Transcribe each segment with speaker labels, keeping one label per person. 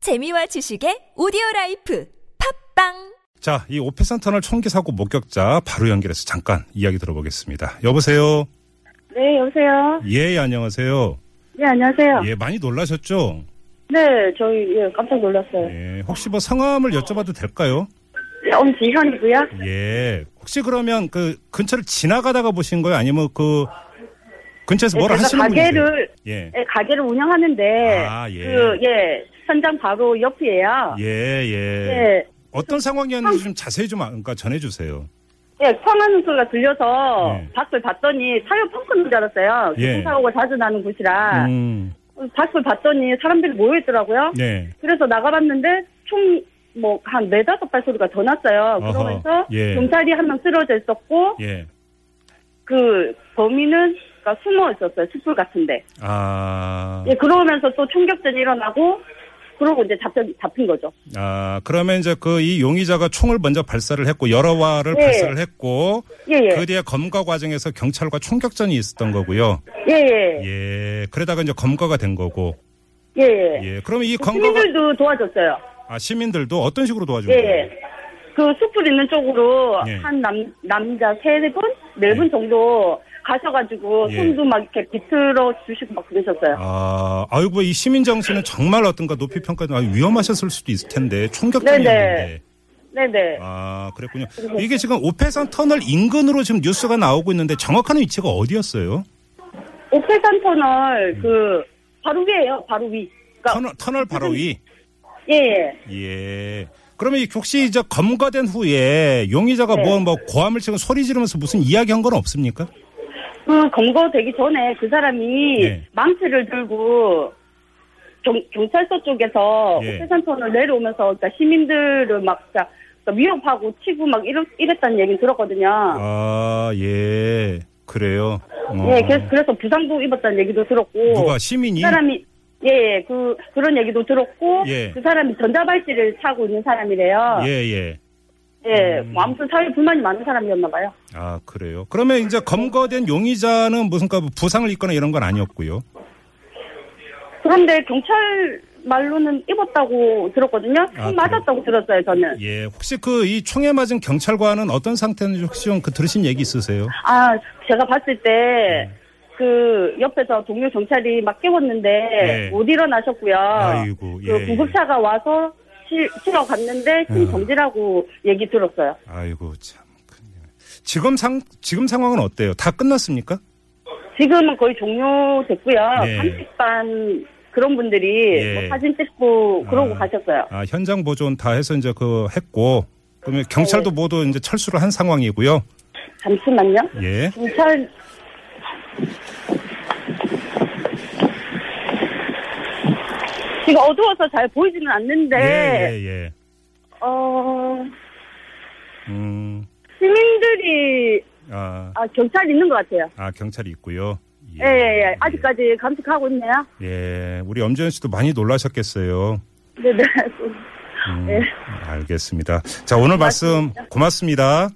Speaker 1: 재미와 지식의 오디오 라이프 팝빵
Speaker 2: 자, 이 오페센터널 총기 사고 목격자 바로 연결해서 잠깐 이야기 들어보겠습니다. 여보세요.
Speaker 3: 네, 여보세요.
Speaker 2: 예, 안녕하세요.
Speaker 3: 네, 안녕하세요.
Speaker 2: 예, 많이 놀라셨죠?
Speaker 3: 네, 저희 예, 깜짝 놀랐어요.
Speaker 2: 예, 혹시 뭐 성함을 여쭤봐도 될까요?
Speaker 3: 엄지현이고요.
Speaker 2: 예. 혹시 그러면 그 근처를 지나가다가 보신 거예요? 아니면 그 근처에서
Speaker 3: 예,
Speaker 2: 뭘
Speaker 3: 제가
Speaker 2: 하시는 분이세요?
Speaker 3: 가게를
Speaker 2: 예.
Speaker 3: 예, 가게를 운영하는데
Speaker 2: 아, 예.
Speaker 3: 그 예, 현장 바로 옆이에요.
Speaker 2: 예, 예.
Speaker 3: 예.
Speaker 2: 어떤 상황이었는지 좀 자세히 좀 아- 그러니까 전해 주세요.
Speaker 3: 예, 쾅하는 소리가 들려서
Speaker 2: 예.
Speaker 3: 밖을 봤더니 타이어 펑크는 줄 알았어요.
Speaker 2: 예.
Speaker 3: 교통사고가 자주 나는 곳이라
Speaker 2: 음.
Speaker 3: 밖을 봤더니 사람들이 모여 있더라고요.
Speaker 2: 예.
Speaker 3: 그래서 나가봤는데 총 뭐 한 네 다섯 발 소리가 더 났어요.
Speaker 2: 어허,
Speaker 3: 그러면서
Speaker 2: 예.
Speaker 3: 경찰이 한 명 쓰러져 있었고
Speaker 2: 예.
Speaker 3: 그 범인은 그러니까 숨어 있었어요. 숯불 같은데.
Speaker 2: 아.
Speaker 3: 예, 그러면서 또 총격전이 일어나고, 그러고 이제 잡혀, 잡힌 거죠.
Speaker 2: 아, 그러면 이제 그 이 용의자가 총을 먼저 발사를 했고 여러 발을
Speaker 3: 예.
Speaker 2: 발사를 했고
Speaker 3: 예, 예.
Speaker 2: 그 뒤에 검거 과정에서 경찰과 총격전이 있었던 거고요.
Speaker 3: 예, 예.
Speaker 2: 예. 그러다가 이제 검거가 된 거고.
Speaker 3: 예, 예.
Speaker 2: 예. 그러면 이 검거가
Speaker 3: 시민들도 도와줬어요.
Speaker 2: 아, 시민들도 어떤 식으로 도와준
Speaker 3: 예,
Speaker 2: 거예요?
Speaker 3: 예. 그 숯불 있는 쪽으로
Speaker 2: 예.
Speaker 3: 한 남, 남자 세 분? 네 분
Speaker 2: 예.
Speaker 3: 정도 가셔가지고
Speaker 2: 예.
Speaker 3: 손도 막 이렇게 비틀어 주시고 막 그러셨어요.
Speaker 2: 아, 아유 뭐이 시민 정신은 정말 어떤가 높이 평가 아, 위험하셨을 수도 있을 텐데 총격전이었는데.
Speaker 3: 네네. 네네.
Speaker 2: 아, 그랬군요. 이게 지금 오페산 터널 인근으로 지금 뉴스가 나오고 있는데 정확한 위치가 어디였어요?
Speaker 3: 옥회산
Speaker 2: 음.
Speaker 3: 터널 그, 바로 위에요, 바로 위. 그러니까,
Speaker 2: 터널, 터널 바로 위.
Speaker 3: 예, 예.
Speaker 2: 예. 그러면 이 혹시 이제 검거된 후에 용의자가
Speaker 3: 네.
Speaker 2: 뭐, 뭐 고함을 치고 소리 지르면서 무슨 이야기 한 건 없습니까?
Speaker 3: 그 검거되기 전에 그 사람이
Speaker 2: 네.
Speaker 3: 망치를 들고 경, 경찰서 쪽에서
Speaker 2: 예.
Speaker 3: 오태산천을 내려오면서 그러니까 시민들을 막 진짜 그러니까 위협하고 치고 막 이랬, 이랬다는 얘기 들었거든요.
Speaker 2: 아, 예. 그래요. 어.
Speaker 3: 예, 그래서, 그래서 부상도 입었다는 얘기도 들었고
Speaker 2: 누가 시민이?
Speaker 3: 그 사람이 예, 예, 그 그런 얘기도 들었고
Speaker 2: 예.
Speaker 3: 그 사람이 전자발찌를 차고 있는 사람이래요.
Speaker 2: 예, 음. 예.
Speaker 3: 예, 뭐 아무튼 사회 불만이 많은 사람이었나 봐요.
Speaker 2: 아, 그래요. 그러면 이제 검거된 용의자는 무슨 가 부상을 입거나 이런 건 아니었고요.
Speaker 3: 그런데 경찰 말로는 입었다고 들었거든요.
Speaker 2: 아,
Speaker 3: 총 맞았다고 들었어요, 저는.
Speaker 2: 예. 혹시 그 이 총에 맞은 경찰관은 어떤 상태인지 혹시 좀 그 들으신 얘기 있으세요?
Speaker 3: 아, 제가 봤을 때, 그, 옆에서 동료 경찰이 막 깨웠는데,
Speaker 2: 예.
Speaker 3: 못 일어나셨고요.
Speaker 2: 아이고, 예,
Speaker 3: 그 구급차가 와서 실, 실어 갔는데, 힘
Speaker 2: 아.
Speaker 3: 정지라고 얘기 들었어요.
Speaker 2: 아이고, 참. 큰일. 지금 상, 지금 상황은 어때요? 다 끝났습니까?
Speaker 3: 지금은 거의 종료됐고요.
Speaker 2: 예.
Speaker 3: 감식반 그런 분들이
Speaker 2: 예.
Speaker 3: 뭐 사진 찍고 그러고
Speaker 2: 아.
Speaker 3: 가셨어요.
Speaker 2: 아, 현장 보존 다 해서 이제 그 했고 그러면 경찰도
Speaker 3: 네.
Speaker 2: 모두 이제 철수를 한 상황이고요.
Speaker 3: 잠시만요.
Speaker 2: 예.
Speaker 3: 경찰, 지금 어두워서 잘 보이지는 않는데,
Speaker 2: 예, 예, 예.
Speaker 3: 어,
Speaker 2: 음.
Speaker 3: 시민들이
Speaker 2: 아,
Speaker 3: 아, 경찰 있는 것 같아요.
Speaker 2: 아 경찰이 있고요.
Speaker 3: 예, 예, 예. 아직까지 감식하고 있네요.
Speaker 2: 예. 우리 엄지현 씨도 많이 놀라셨겠어요.
Speaker 3: 네, 네.
Speaker 2: 음,
Speaker 3: 네.
Speaker 2: 알겠습니다. 자, 오늘 말씀 고맙습니다.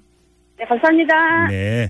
Speaker 3: 네, 감사합니다.
Speaker 2: 네.